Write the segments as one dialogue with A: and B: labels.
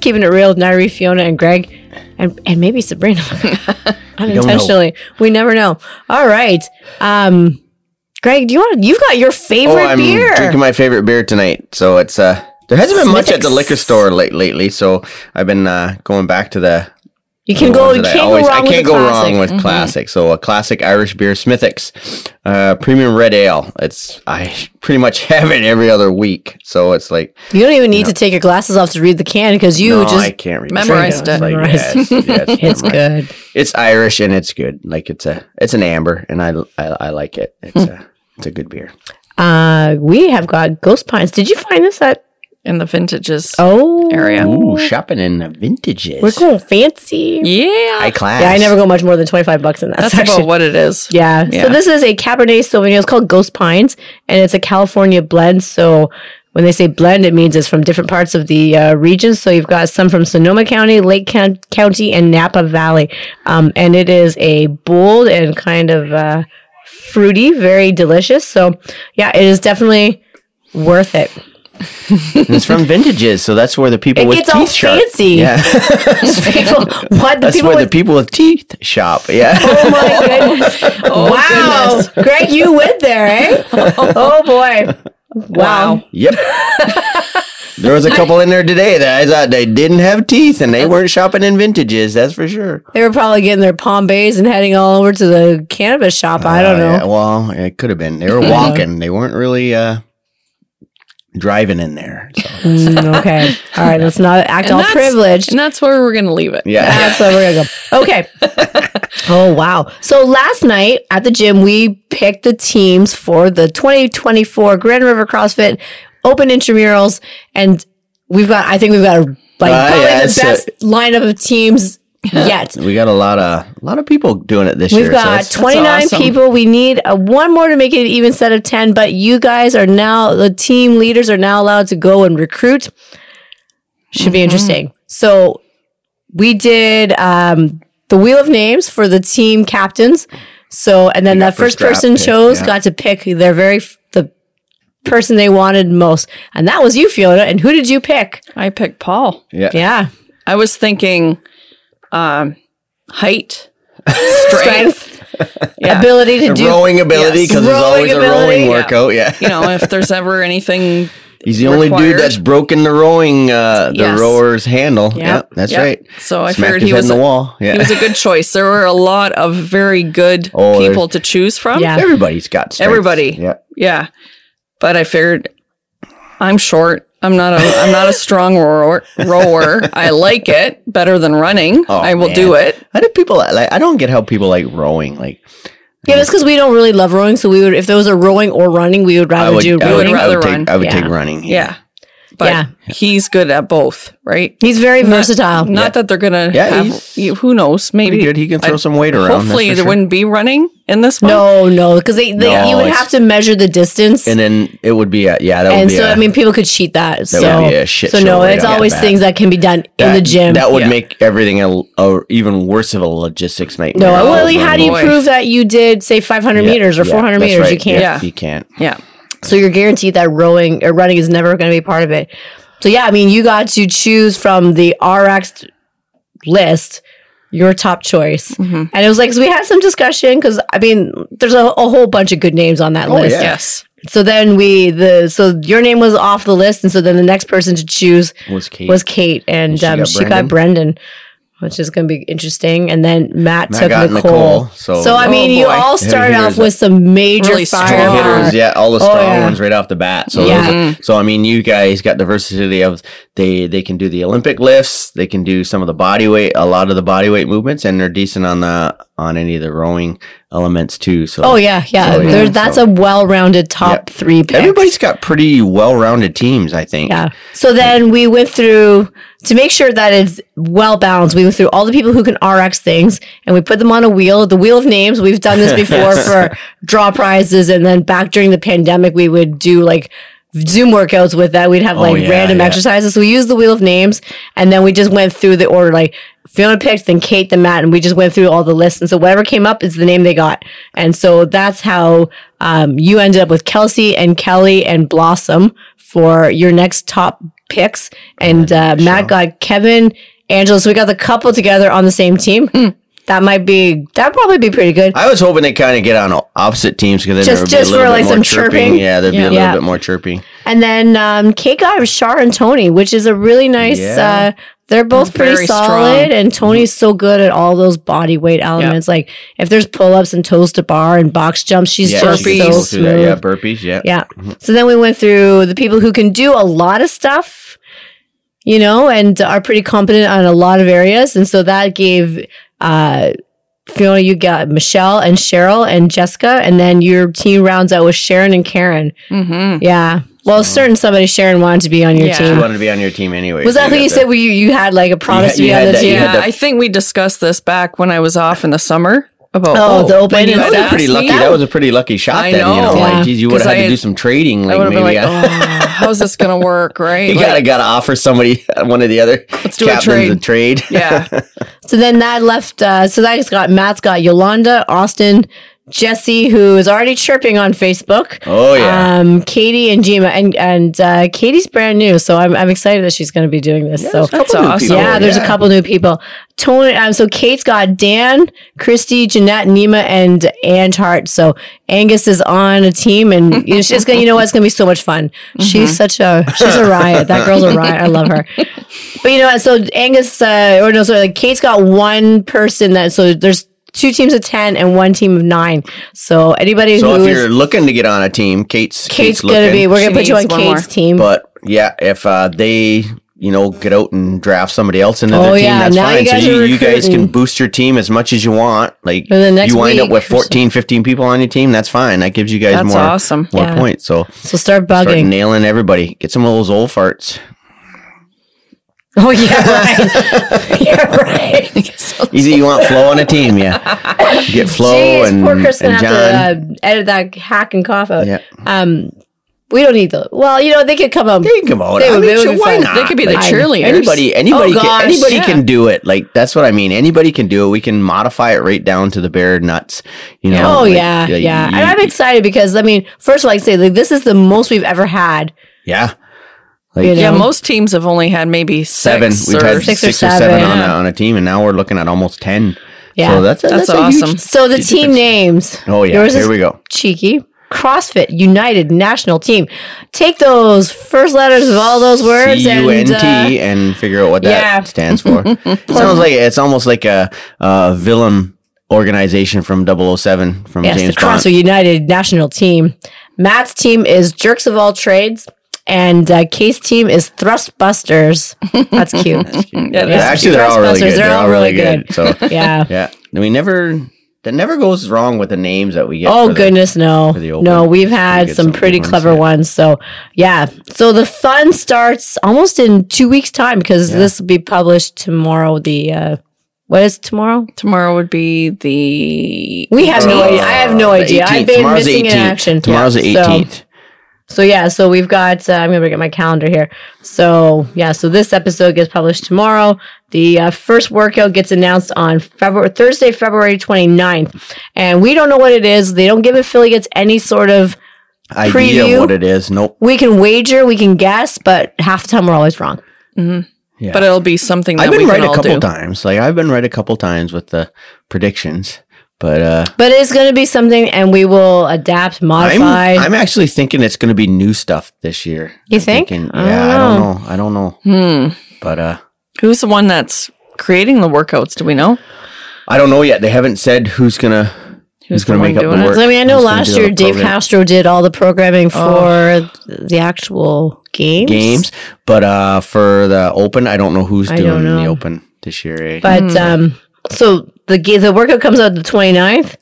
A: keeping it real with Nairi, Fiona, and Greg, and and maybe Sabrina unintentionally. We never know. All right, um, Greg, do you want? You've got your
B: Oh,
A: favorite
B: I'm
A: beer.
B: drinking my favorite beer tonight. So it's uh, there hasn't been much at the
A: Smithwick's.
B: liquor store late lately. So I've been uh going back to the
A: you can go.
B: ones
A: You
B: that I
A: can't
B: always-
A: go wrong
B: I can't
A: with a
B: go
A: classic. Mm-hmm.
B: wrong with classic. So a classic Irish beer, Smithwick's, uh, premium red ale. It's I pretty much have it every other week. So it's like
A: you don't even need to take your glasses off to read the can because you
B: no,
A: just
B: I can't read
C: memorized
B: this.
C: it.
B: Like, yeah, it's, yeah, it's
A: it's
B: memorized.
A: good.
B: It's Irish and it's good. Like it's a it's an amber and I I, I like it. It's
A: Hmm.
B: a it's a good beer.
A: Uh, we have got ghost pines. Did you find this at
C: in the vintages.
A: oh
C: Area.
B: Ooh, shopping in the vintages.
A: We're going fancy.
C: yeah,
B: High class.
A: Yeah, I never go much more than twenty five bucks in that
C: that's
A: section.
C: about what it is.
A: Yeah.
C: Yeah.
A: So this is a Cabernet Sauvignon. It's called Ghost Pines, and it's a California blend. So when they say blend, it means it's from different parts of the uh, region. So you've got some from Sonoma County, Lake Coun- County, and Napa Valley. Um, and it is a bold and kind of uh, fruity, very delicious. So yeah, it is definitely worth it.
B: And it's from vintages, so that's where the people
A: It
B: with
A: gets
B: teeth
A: all
B: shop.
A: fancy.
B: Yeah,
A: People- what the
B: that's
A: people
B: where
A: with
B: the people with teeth shop. Yeah,
A: Oh my goodness. wow. Greg, you went there, eh? oh boy. Wow.
B: yep. There was a couple in there today that I thought they didn't have teeth and they weren't shopping in vintages. That's for sure.
A: They were probably getting their palm bays and heading all over to the cannabis shop. I don't
B: Uh,
A: know.
B: yeah, well, it could have been. They were walking. they weren't really uh, driving in there. So.
A: Mm, okay. All right. Let's not act all
C: that's-
A: privileged.
C: and that's where we're gonna leave it.
B: Yeah.
A: That's where we're gonna go. Okay. Oh wow. So last night at the gym, we picked the teams for the 2024 Grand River CrossFit Open intramurals, and we've got. I think we've got like
B: Ah,
A: probably
B: yeah,
A: the
B: so-
A: best lineup of teams yet.
B: We got a lot of a lot of people doing it this
A: We've
B: year.
A: got
B: so that's-
A: 29
C: awesome.
A: people. We need uh one more to make it an even set of 10, but you guys are now, the team leaders are now allowed to go and recruit. Should be interesting. So we did um, the Wheel of Names for the team captains. So, and then
B: got
A: that first
B: first draft
A: person
B: pick,
A: chose
B: yeah.
A: got to pick their very, f- the person they wanted most. And that was you, Fiona. And who did you pick?
C: I picked Paul.
B: yeah.
A: Yeah.
C: I was thinking, um, height, strength. Yeah.
A: Ability to
B: The
A: do.
B: rowing ability
C: Yes.
B: because there's always
A: Rowing
B: a rowing
A: ability, yeah.
B: workout. Yeah.
C: you know, if there's ever anything,
B: He's the only dude
C: required.
B: that's broken the rowing uh the
C: Yes.
B: rower's handle.
A: Yep.
B: Yeah, that's
C: Yep.
B: right.
C: So I
B: Smacked
C: figured
B: his
C: he
B: head
C: was
B: in
C: a-
B: the wall. Yeah.
C: he was a good choice. There were a lot of very good
B: Oh, there's-
C: people to choose from.
A: Yeah.
B: Everybody's got strengths.
C: Everybody.
B: Yeah.
C: Yeah. But I figured I'm short. I'm not a I'm not a strong rower. rower. I like it better than running.
B: Oh,
C: I will
B: man.
C: do it.
B: How do people like? I don't get how people like rowing. Like
A: Yeah, that's because we don't really love rowing. So we would, if there was a rowing or running, we would
B: I
A: rather
B: would,
A: do
B: I
A: rowing.
B: would,
C: rowing.
B: I would
C: Rather
B: take,
C: run.
B: I would
A: Yeah.
B: take running.
C: Yeah. But
A: Yeah.
C: he's good at both, right?
A: He's very versatile.
C: Not that they're gonna
B: Yeah,
C: have
B: he's
C: you- who knows, maybe
B: pretty good. He can throw
C: I-
B: some weight around, that's
C: Hopefully
B: for
C: there
B: sure.
C: wouldn't be running in this one.
A: no, no, because they, they
B: No,
A: you would
B: it's-
A: have to measure the distance,
B: And
A: and,
B: then it would be a yeah. That would be
A: so
B: a,
A: I mean, people could cheat that. so
B: would be a shit
A: so
B: show
A: no,
B: right
A: it's
B: off the
A: always
B: bat.
A: things that can be done in the
B: that-
A: gym.
B: That would
C: Yeah.
B: make everything a, a even worse of a logistics nightmare.
A: no,
B: Oh,
A: well, how do you
C: boy.
A: prove that you did say 500
B: yeah,
A: meters or
B: yeah,
A: 400
B: that's
A: meters? You
B: right.
A: can't.
C: Yeah.
B: You can't.
C: Yeah.
A: So you're guaranteed that rowing or running is never going to be part of it. So yeah, I mean, you got to choose from the RX list your top choice,
C: Mm-hmm.
A: and it was like 'cause we had some discussion because I mean, there's a, a whole bunch of good names on
C: Oh,
A: that list.
B: yeah.
C: Yes.
A: So then we the so your name was off the list, and so then the next person to choose
B: Was Kate.
A: was Kate, and,
B: she
A: um,
B: got
A: she got Brendan, which is going to be interesting. And then Matt,
B: Matt
A: took
B: got
A: Nicole.
B: Nicole, so-
A: I
B: Oh,
A: mean, you
C: boy.
A: all started
B: Heavy
A: off
B: hitters.
A: with some major
C: Really strong
A: fire.
B: hitters, yeah, all the
A: Oh,
B: strong
A: yeah.
B: ones right off the bat. So,
A: Yeah. Mm.
B: those are- so I mean, you guys got diversity of they they can do the Olympic lifts, they can do some of the body weight, a lot of the body weight movements, and they're decent on the on any of the rowing elements too. So,
A: Oh yeah, yeah.
B: So, yeah,
A: There, that's
B: so-
A: a well-rounded top
B: Yep.
A: three. Picks.
B: everybody's got pretty well rounded teams, I think.
A: Yeah. So then we went through to make sure that it's well balanced. We went through all the people who can RX things and we put them on a wheel, the wheel of names. We've done this before for draw prizes. And then back during the pandemic, we would do like Zoom workouts with that. We'd have like
B: Oh, yeah,
A: random
B: yeah.
A: exercises. So we used the wheel of names and then we just went through the order like Fiona picked, then Kate, then Matt, and we just went through all the lists. And so whatever came up is the name they got. And so that's how um, you ended up with Kelsey and Kelly and Blossom for your next top picks, and uh, Matt got Kevin Angela. So we got the couple together on the same team. Hmm. That might be that probably be pretty good.
B: I was hoping they kind of get on opposite teams because
A: Just-
B: there would be a
A: just for,
B: little bit
A: like,
B: more
A: some
B: chirping.
A: chirping.
B: Yeah, there'd be
C: Yeah.
B: a little
A: Yeah.
B: bit more chirping.
A: And then um, Kate got Shar and Tony, which is a really nice.
B: Yeah.
A: Uh, they're both
C: Very
A: pretty
C: strong.
A: solid, and Tony's so good at all those body weight elements. Like if there's pull ups and toes to bar and box jumps, she's
B: yeah,
A: just
B: she can
A: so
B: go through
A: smooth.
B: that. Yeah, Mm-hmm. burpees. Yeah.
A: Yeah. So then we went through the people who can do a lot of stuff, you know, and are pretty competent on a lot of areas. And so that gave uh, Fiona, you got Michelle and Cheryl and Jessica. And then your team rounds out with Sharon and Karen.
C: Mm-hmm.
A: Yeah. Well, certain somebody, Sharon, wanted to be on your
C: Yeah.
B: She
A: team.
B: wanted to be on your team anyway.
A: Was that who
B: got
A: you
B: the-
A: said we, you had like a promise
B: you
A: to be
B: had
A: on the
B: that-
A: team?
B: you had
C: Yeah,
B: that-
C: I think we discussed this back when I was off in the summer about
A: Oh, the open
C: when you
A: and
B: That
A: stuff.
C: had
B: was
C: asked
B: pretty
C: me,
B: lucky. That was a pretty lucky shot.
C: I
B: then you know,
C: know.
A: Yeah.
B: like geez, you would
C: 'Cause
B: have had
C: I
B: to
C: had-
B: do some trading.
C: I
B: Like
C: would have
B: maybe
C: been like,
B: I-
C: oh, how's this gonna work, right?
B: you
C: Like,
B: gotta gotta offer somebody one of the other
C: Let's do a
B: captains
C: trade.
B: trade.
C: yeah,
A: So then that left. Uh, so that has got Matt's got Yolanda, Austin, Jesse, who is already chirping on Facebook.
B: Oh, yeah.
A: Um, Katie and Jima, and and uh, Katie's brand new, so I'm I'm excited that she's going to be doing this. so
C: that's
B: couple new
C: awesome.
B: people.
A: yeah, there's
B: Oh, yeah.
A: a couple new people. Tony. Um, so Kate's got Dan, Christy, Jeanette, Nima, and Ange Hart. So Angus is on a team, and it's just gonna. You know what? It's gonna be so much fun.
B: Mm-hmm.
A: She's such a she's a riot. That girl's a riot. I love her. But you know what? So Angus, uh, or no, sorry, like Kate's got one person that. So there's two teams of ten and one team of nine. So anybody
B: So
A: who
B: if
A: is
B: you're looking to get on a team, Kate's
A: Kate's
B: Kate's,
A: gonna
B: looking.
A: be, we're
C: She
A: gonna put you on
C: needs one more.
A: Kate's team.
B: but yeah, if uh, they you know get out and draft somebody else into their
A: Oh,
B: team,
A: yeah,
B: that's
A: now you
B: fine.
A: guys
B: so you,
A: are
B: you guys
A: recruiting.
B: can boost your team as much as you want. Like
A: For the next
B: you wind up
A: week
B: with
A: or so.
B: 14, 15 people on your team. That's fine. That gives you guys
C: That's
B: more
C: awesome.
B: more
A: Yeah.
B: points. So
A: so start
B: start
A: bugging.
B: nailing everybody. Get some of those old farts.
A: Oh yeah, right. yeah, right.
B: Easy, you want Flo on a team, yeah. Get Flo
A: Jeez,
B: and,
A: poor Chris
B: and
A: gonna
B: John.
A: have to uh, edit that hack and cough out.
B: Yeah.
A: Um, we don't need those. Well, you know they could come up.
B: They can come out.
A: They
B: I
A: would-
B: mean,
A: they would
B: sure,
A: be
B: why
A: fun.
B: not?
C: they could be the
B: Ah, Like,
C: cheerleaders.
B: Anybody, anybody,
A: gosh,
B: can, anybody
C: yeah.
B: can do it. Like that's what I mean. Anybody can do it. We can modify it right down to the bare nuts. You know.
A: Oh
B: like,
A: yeah,
B: uh,
A: yeah.
B: you-
A: and I'm excited because I mean, first of all, I can say like this is the most we've ever had.
B: yeah.
A: You know?
C: yeah. Most teams have only had maybe
B: Seven.
C: six
B: We've
C: or
B: had
A: six
B: six,
A: or
B: or seven,
A: seven.
B: on, a,
C: Yeah.
B: on a team, and now we're looking at almost ten.
A: Yeah.
B: So that's a,
C: That's
B: that's, a huge-
C: awesome.
A: so the
B: Huge
A: team
B: difference.
A: names.
B: oh yeah.
A: Yours
B: Here
A: is
B: we go.
A: cheeky. CrossFit United National Team. Take those first letters of all those words
B: C U N
A: and
B: T
A: uh,
B: and figure out what that
A: yeah.
B: stands for. it sounds like it's almost like a, a villain organization from 007 from
A: Yes,
B: James
A: the
B: Bond.
A: CrossFit United national team. Matt's team is Jerks of All Trades, and uh, Kate's team is Thrustbusters. That's cute.
C: Yeah,
B: Yeah,
C: that's-
B: actually, they're all
A: Ghostbusters,
B: really good.
A: they're
B: They're
A: all
B: all really
A: really
B: good. So
A: yeah.
B: yeah, And we never that never goes wrong with the names that we get.
A: Oh
B: for the-
A: goodness, no,
B: the open.
A: no. We've had
B: get
A: some
B: some
A: pretty
B: good ones,
A: clever
B: yeah.
A: ones. So yeah, so the fun starts almost in two weeks' time because this will be published tomorrow. The uh, what is tomorrow?
C: tomorrow would be the
A: We have no
B: Uh,
A: idea. I have no
B: the
A: idea.
B: 18th.
A: I've been
B: Tomorrow's the
A: missing in
B: 18th.
A: action.
B: Tomorrow's
A: Yeah,
B: the
A: so-
B: 18th.
A: So yeah, so we've got. Uh, I'm gonna get my calendar here. So yeah, so this episode gets published tomorrow. The uh, first workout gets announced on February Thursday, February 29th, and we don't know what it is. They don't give affiliates any sort of.
B: Idea
A: Preview.
B: of what it is. Nope.
A: We can wager, we can guess, but half the time we're always wrong.
C: but it'll be something that
B: I've been
C: we
B: right
C: can
B: a
C: all
B: couple
C: do.
B: times. Like I've been right a couple times with the predictions, but uh,
A: But it's going to be something, and we will adapt,
B: I'm
A: modify.
B: I'm actually thinking it's going to be new stuff this year.
A: You
B: I'm
A: think? Oh.
B: thinking-
A: I
B: yeah,
A: don't
B: I don't know. I don't know.
C: Hmm.
B: But uh,
C: Who's the one that's creating the workouts? Do we know?
B: I don't know yet. They haven't said who's gonna who's,
C: Who's the
B: gonna
C: one
B: make up
C: doing
B: the
C: it?
B: work.
A: So, I mean, I know
B: who's gonna
A: last
B: do
A: year
B: the
A: Dave
B: program.
A: Castro did all the programming for th- the actual games.
B: games. But uh, for the open, I don't know who's
A: I
B: doing
A: don't know.
B: the open this year. Eh?
A: But um, so the ga- the workout comes out the 29th.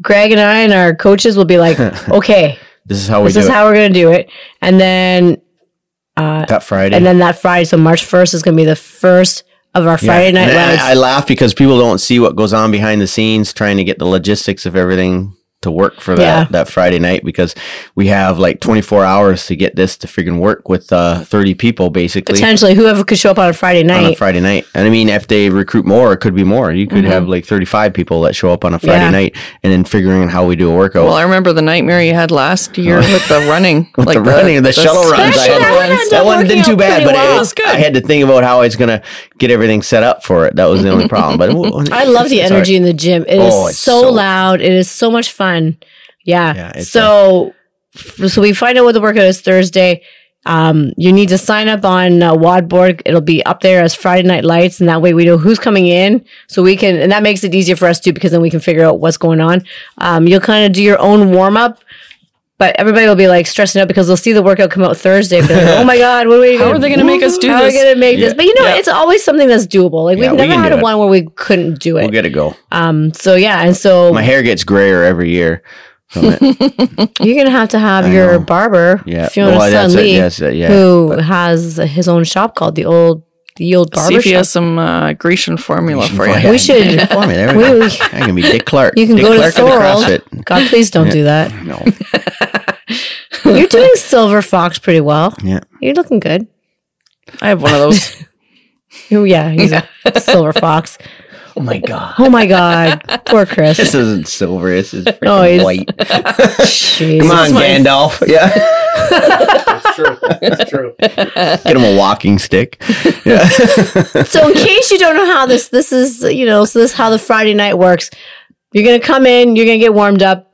A: Greg and I and our coaches will be like, okay,
B: this is how we
A: this
B: do
A: is
B: it.
A: how we're going to do it. And then
B: that Friday.
A: and then that Friday, so March 1st is going to be the first of our
B: Yeah.
A: Friday night
B: And
A: rides.
B: I, I laugh because people don't see what goes on behind the scenes, trying to get the logistics of everything to work for that
A: Yeah.
B: that Friday night because we have like 24 hours to get this to freaking work with uh, 30 people basically
A: Potentially, whoever could show up on a Friday
B: on a
A: night. Mm-hmm.
B: Friday night. And I mean, if they recruit more, it could be more. You could have like 35 people that show up on a Friday
A: Yeah.
B: night and then figuring out how we do a workout.
C: Well, I remember the nightmare you had last year with the running,
B: Oh. with the, running, the, shuttle runs. I
A: special
B: had-
A: runs. ended
B: that
A: up
B: one
A: working
B: didn't
A: out
B: too bad,
A: pretty
B: but
A: well.
B: I-
A: It's
B: I had to think about how I was going to get everything set up for it. That was the only problem. But it-
A: I love the
B: it's
A: energy in the gym. It is
B: Oh, it's
A: so,
B: so-
A: loud. It is so much fun. Yeah.
B: Yeah, it's
A: so, f- so we find out what the workout is Thursday. Um, you need to sign up on uh, Wadborg. It'll be up there as Friday Night Lights, and that way we know who's coming in, so we can, and that makes it easier for us too, because then we can figure out what's going on. Um, you'll kind of do your own warm up, but everybody will be like stressing out because they'll see the workout come out Thursday. But they're like, oh my god, what are we?
C: How are they gonna make us do
A: How are we
C: this?"
A: gonna make this?
B: Yeah.
A: But you know,
C: Yeah.
A: it's always something that's doable. Like
B: Yeah, we
A: we've never
B: can
A: had
B: do
A: a
B: it.
A: one where we couldn't do
B: We'll
A: it.
B: get it go.
A: Um. So yeah, and so
B: My hair gets grayer every year. From it.
A: you're gonna have to have
B: I
A: your
B: know.
A: barber,
B: Yeah.
A: Fiona
B: Well,
A: Sun
B: that's it.
A: Lee,
B: Yes, uh, yeah.
A: who has his own shop called the old the old
C: See
A: barber
C: if he
A: shop.
C: has some uh, Grecian formula for
B: Well,
C: you.
B: yeah,
A: We should-
B: you can Inform me. There we
A: We-
B: go.
A: we-
B: I can be Dick Clark.
A: You can
B: Dick
A: go to
B: Clark of
A: Thorold.
B: the
A: God, please don't do that.
B: CrossFit. No.
A: You're doing Silver Fox pretty well.
B: Yeah.
A: You're looking good.
C: I have one of those.
A: Oh yeah, he's a Silver Fox.
B: Oh my god.
A: Oh my God, poor Chris.
B: This isn't silver. This is
A: No,
B: freaking
A: it's-
B: white.
A: Jeez.
B: Come on, Gandalf. Yeah.
D: It's true. It's true.
B: Get him a walking stick. Yeah.
A: so in case you don't know how this this is you know so this is how the friday night works you're gonna come in you're gonna get warmed up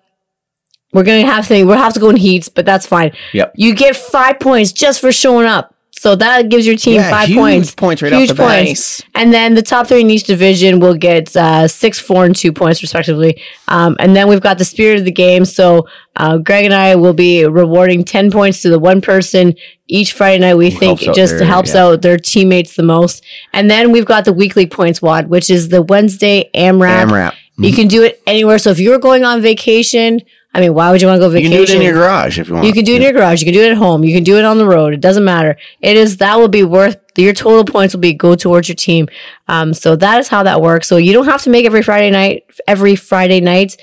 A: we're gonna have thing we'll have to go in heats but that's fine
B: Yep.
A: you get five points just for showing up so that gives your team
B: Yeah,
A: five
B: huge
A: points
B: points right off
A: huge
B: the bat.
A: points and then the top three in each division will get uh, six four and two points respectively um, and then we've got the spirit of the game so uh, greg and i will be rewarding 10 points to the one person each friday night we
B: Who
A: think
B: helps out
A: just
B: their-
A: helps
B: yeah.
A: out their teammates the most and then we've got the weekly points wad which is the wednesday amrap,
B: AMRAP.
A: you can do it anywhere so if you're going on vacation i mean why would you want to go
B: You
A: vacation
B: can do it in your garage if you want.
A: you can do it in your garage. You can do it at home. You can do it on the road. It doesn't matter. It is that will be worth your total points will be go towards your team. Um, so that is how that works. So you don't have to make every Friday night every Friday night,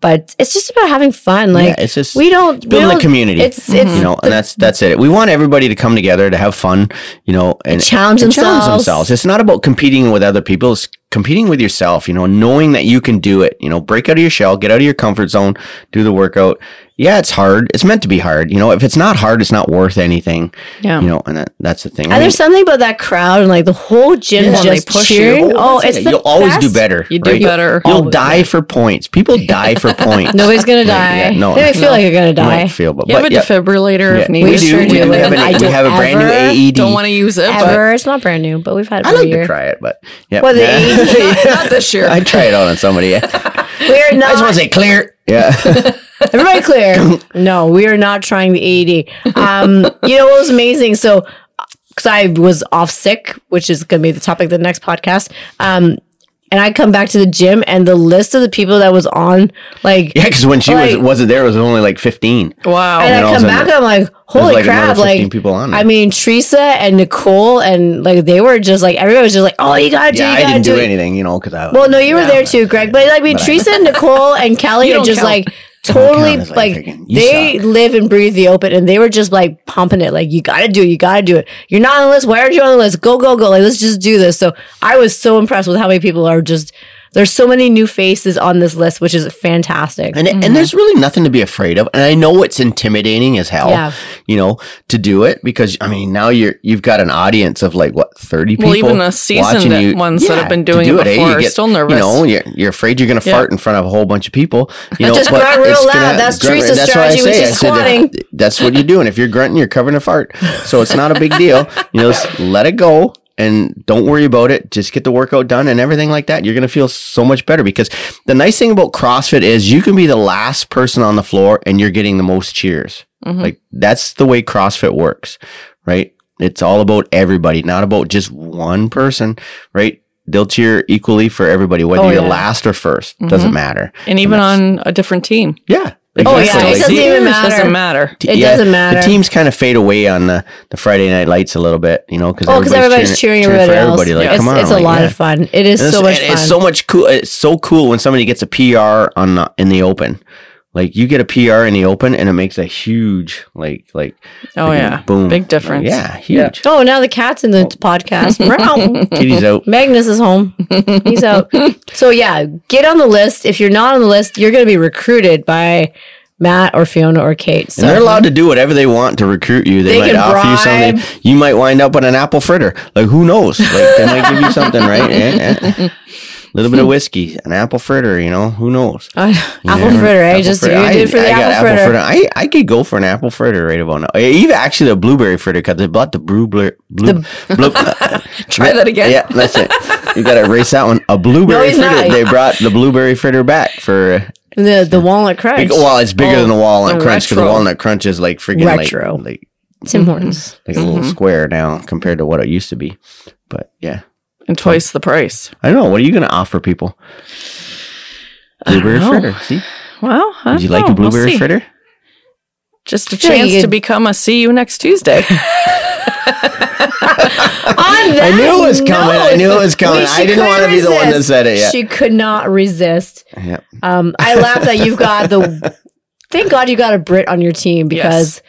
A: but it's just about having fun.
B: Yeah,
A: Like
B: it's just
A: we don't we
B: building
A: don't,
B: a community.
A: It's it's
B: you know, and that's that's it. We want everybody to come together to have fun, you know, and
A: challenge
B: and
A: themselves.
B: It's not about competing with other people. It's competing with yourself. You know, knowing that you can do it. You know, break out of your shell, get out of your comfort zone, do the workout. Yeah, it's hard. It's meant to be hard. You know, if it's not hard, it's not worth anything.
C: Yeah.
B: You know, and that, that's the thing. I
A: and
B: mean,
A: there's something about that crowd and like the whole gym
C: Yeah. When they
A: just
C: push you.
A: cheering. Oh,
B: that's
A: it's
B: it.
A: the
B: you'll always do
A: best.
B: better.
C: You do better.
B: You'll
C: Always.
B: die for points. People die for points.
A: Nobody's gonna die.
B: Yeah, no.
A: they might feel
B: No.
A: like you're gonna
B: You might
A: die.
B: feel, but,
C: You have
B: but
C: a
B: yeah.
C: defibrillator if
B: Yeah,
C: needed.
A: We do.
C: Sure
A: We do.
B: have, an-
A: I
B: we E
A: don't
B: have a brand new
A: ever-
B: AED.
C: Don't want to use it,
A: Ever, it's not brand new, but we've had it
B: I
A: for a
B: like
A: year.
B: to try it, but yeah.
A: Well, the E
B: Yeah.
C: but not this year.
B: I try it on on somebody. Yeah. I
A: We're not.
B: just want to say clear. Yeah.
A: Everybody clear? no, we are not trying the AED. Um, you know, it was amazing. So, because I was off sick, which is going to be the topic of the next podcast. Um, and I come back to the gym, and the list of the people that was on, like,
B: Yeah, because when she
A: Like-
B: was wasn't there, it was only like fifteen.
A: and
C: wow.
B: then
A: I
B: all of
A: come
B: a
A: back,
B: sudden
A: and I'm like, holy
B: like another
A: crap!
B: 15
A: Like,
B: people on it.
A: I mean, Teresa and Nicole, and like, they were just like, everybody was just like, oh, you gotta do,
B: Yeah,
A: you
B: I
A: gotta
B: didn't
A: do,
B: do
A: it.
B: anything, you know, because I
A: Well, no, you were there too, Greg. But like, I mean, Teresa and Nicole and Kelly are
C: don't
A: just
C: count.
A: like totally
B: count as, like,
A: like
B: freaking- you
A: they live and breathe the open, and they were just like pumping it. Like, you gotta do it, you gotta do it. You're not on the list. Why aren't you on the list? Go, go, go! Like, let's just do this. So I was so impressed with how many people are just. There's so many new faces on this list, which is fantastic.
B: And, and there's really nothing to be afraid of. And I know it's intimidating as hell,
A: Yeah.
B: you know, to do it because I mean now you're you've got an audience of like what thirty people.
C: Well, even the seasoned
B: watching
C: ones that have been
B: to
C: doing it
B: eh?
C: before
B: You
C: are still nervous.
B: You know, you're, you're afraid you're going to
C: Yeah.
B: fart in front of a whole bunch of people. You know,
A: Just
B: but
A: grunt real
B: it's
A: loud.
B: gonna-
A: That's
B: grunt-
A: Teresa's
B: that's what I
A: strategy when
B: say. I
A: she's
B: said that-
A: squatting.
B: that's what you're doing. If you're grunting, you're covering a fart. So it's not a big deal. You know, just let it go and don't worry about it. Just get the workout done and everything like that. You're going to feel so much better because the nice thing about CrossFit is you can be the last person on the floor and you're getting the most cheers.
A: Mm-hmm.
B: Like that's the way CrossFit works, right? It's all about everybody, not about just one person, right? They'll cheer equally for everybody, whether
A: Oh,
B: you're
A: yeah.
B: last or 1st does Doesn't matter.
C: And even on a different team.
B: Yeah.
A: Oh, yeah,
B: exactly.
A: it
B: Like,
A: doesn't
B: the-
A: even
C: It
A: matter.
C: doesn't matter.
A: It doesn't matter.
B: The teams kind of fade away on the, the Friday night lights a little bit, you know, because
A: Oh, because everybody's cheering, everybody
B: for
A: else.
B: everybody. Like,
A: it's
B: come on,
A: it's a
B: like,
A: lot
B: yeah.
A: of fun. It is
B: And
A: so
B: it's,
A: much
B: and
A: fun.
B: it's so much cool. It's so cool when somebody gets a PR on the, in the open. Like you get a PR in the open and it makes a huge like like
C: Oh
B: like,
C: yeah.
B: boom
C: Big difference.
B: yeah huge
A: Oh, now the cat's in the podcast. Meow.
B: kitty's out
A: Magnus is home. He's out. So yeah, get on the list. If you're not on the list, you're going to be recruited by Matt or Fiona or Kate.
B: And they're
A: So
B: allowed to do whatever they want to recruit you. They,
A: They
B: might
A: can
B: offer you something. You might wind up with an apple fritter. Like who knows? Like they might give you something, right? Eh, eh. little bit of whiskey, an apple fritter. You know who knows?
A: I- apple
B: Yeah.
A: fritter. I
B: Apple
A: just
B: fritter.
A: you did for the
B: got
A: apple fritter.
B: I, I could go for an apple fritter right about now. Eh, Even actually the blueberry fritter because they bought the brew blue. blue, blue uh,
C: Try that again.
B: yeah, that's it. You got to erase that one. A blueberry
A: he's
B: fritter.
A: not.
B: They brought the blueberry fritter back for
A: The the walnut crunch.
B: Big, well, it's bigger than the walnut
C: a
B: crunch because the
C: retro.
B: walnut crunch is like freaking
A: Oh, Retro.
B: like like,
A: Tim Hortons.
B: like a little
C: Mm-hmm.
B: square now compared to what it used to be. But yeah,
C: And twice the price.
B: I don't know. What are you going to offer people? Blueberry
C: know.
B: fritter. See,
C: Well, I
B: would you
C: don't
B: like a
C: know. We'll
B: blueberry
C: see.
B: fritter?
C: Just a
A: Sure, you
C: chance to
A: could-
C: become a see you next Tuesday.
A: On that
B: I knew it was coming. I
A: note,
B: knew it was coming.
A: we- she
B: I didn't
A: couldn't
B: want to be the one that
A: resist.
B: said it. Yeah.
A: She could not resist.
B: yeah.
A: Um, I laugh that you've got the. Thank God you got a Brit on your team because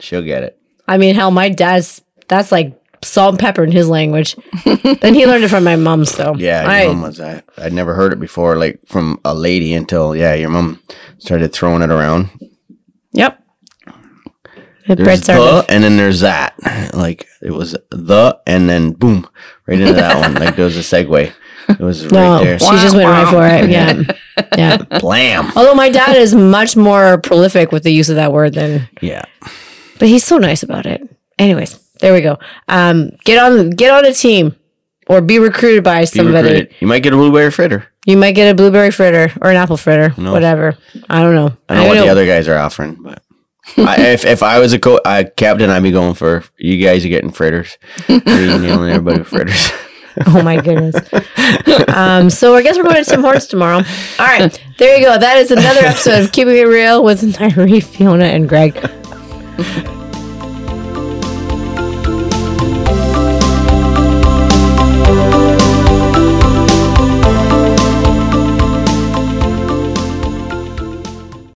B: She'll get it.
A: I mean, hell, my dad's that's like salt and pepper in his language. then he learned it from my mom, so
B: Yeah, your
A: I,
B: mom was. I I'd never heard it before, like from a lady until yeah, your mom started throwing it around.
C: yep.
A: the
B: There's
A: Brits are
B: the, and then there's that. Like it was the, and then boom, right into that one. Like there was a segue. It was
A: no.
B: right there.
A: She just went right for it. Yeah, yeah.
B: Blam.
A: Although my dad is much more prolific with the use of that word than,
B: Yeah.
A: but he's so nice about it. Anyways, there we go. Um, get on, get on a team, or be recruited by
B: Be
A: somebody.
B: recruited. You might get a blueberry fritter.
A: You might get a blueberry fritter or an apple fritter,
B: No.
A: whatever. I don't know.
B: I don't know what the other guys are offering, but I, if if I was a co- I, captain, I'd be going for you guys are getting fritters. You're nailing everybody with fritters.
A: Oh my goodness. um, so I guess we're going to Tim Hortons tomorrow. All right. There you go. That is another episode of Keeping It Real with Nyree, Fiona, and Greg.